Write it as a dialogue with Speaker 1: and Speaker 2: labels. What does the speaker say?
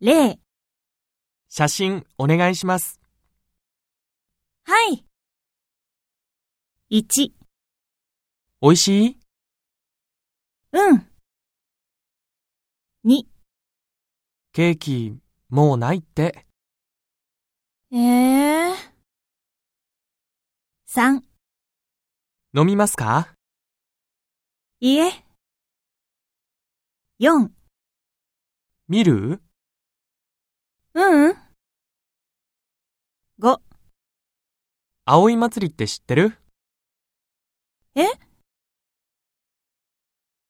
Speaker 1: 0
Speaker 2: 写真お願いします。
Speaker 1: はい。1、
Speaker 2: 美味しい
Speaker 1: うん。2、
Speaker 2: ケーキ、もうないって。
Speaker 1: えー。3、
Speaker 2: 飲みますか
Speaker 1: いえ。4、
Speaker 2: 見る
Speaker 1: ううん。5、
Speaker 2: 葵祭りって知ってる
Speaker 1: え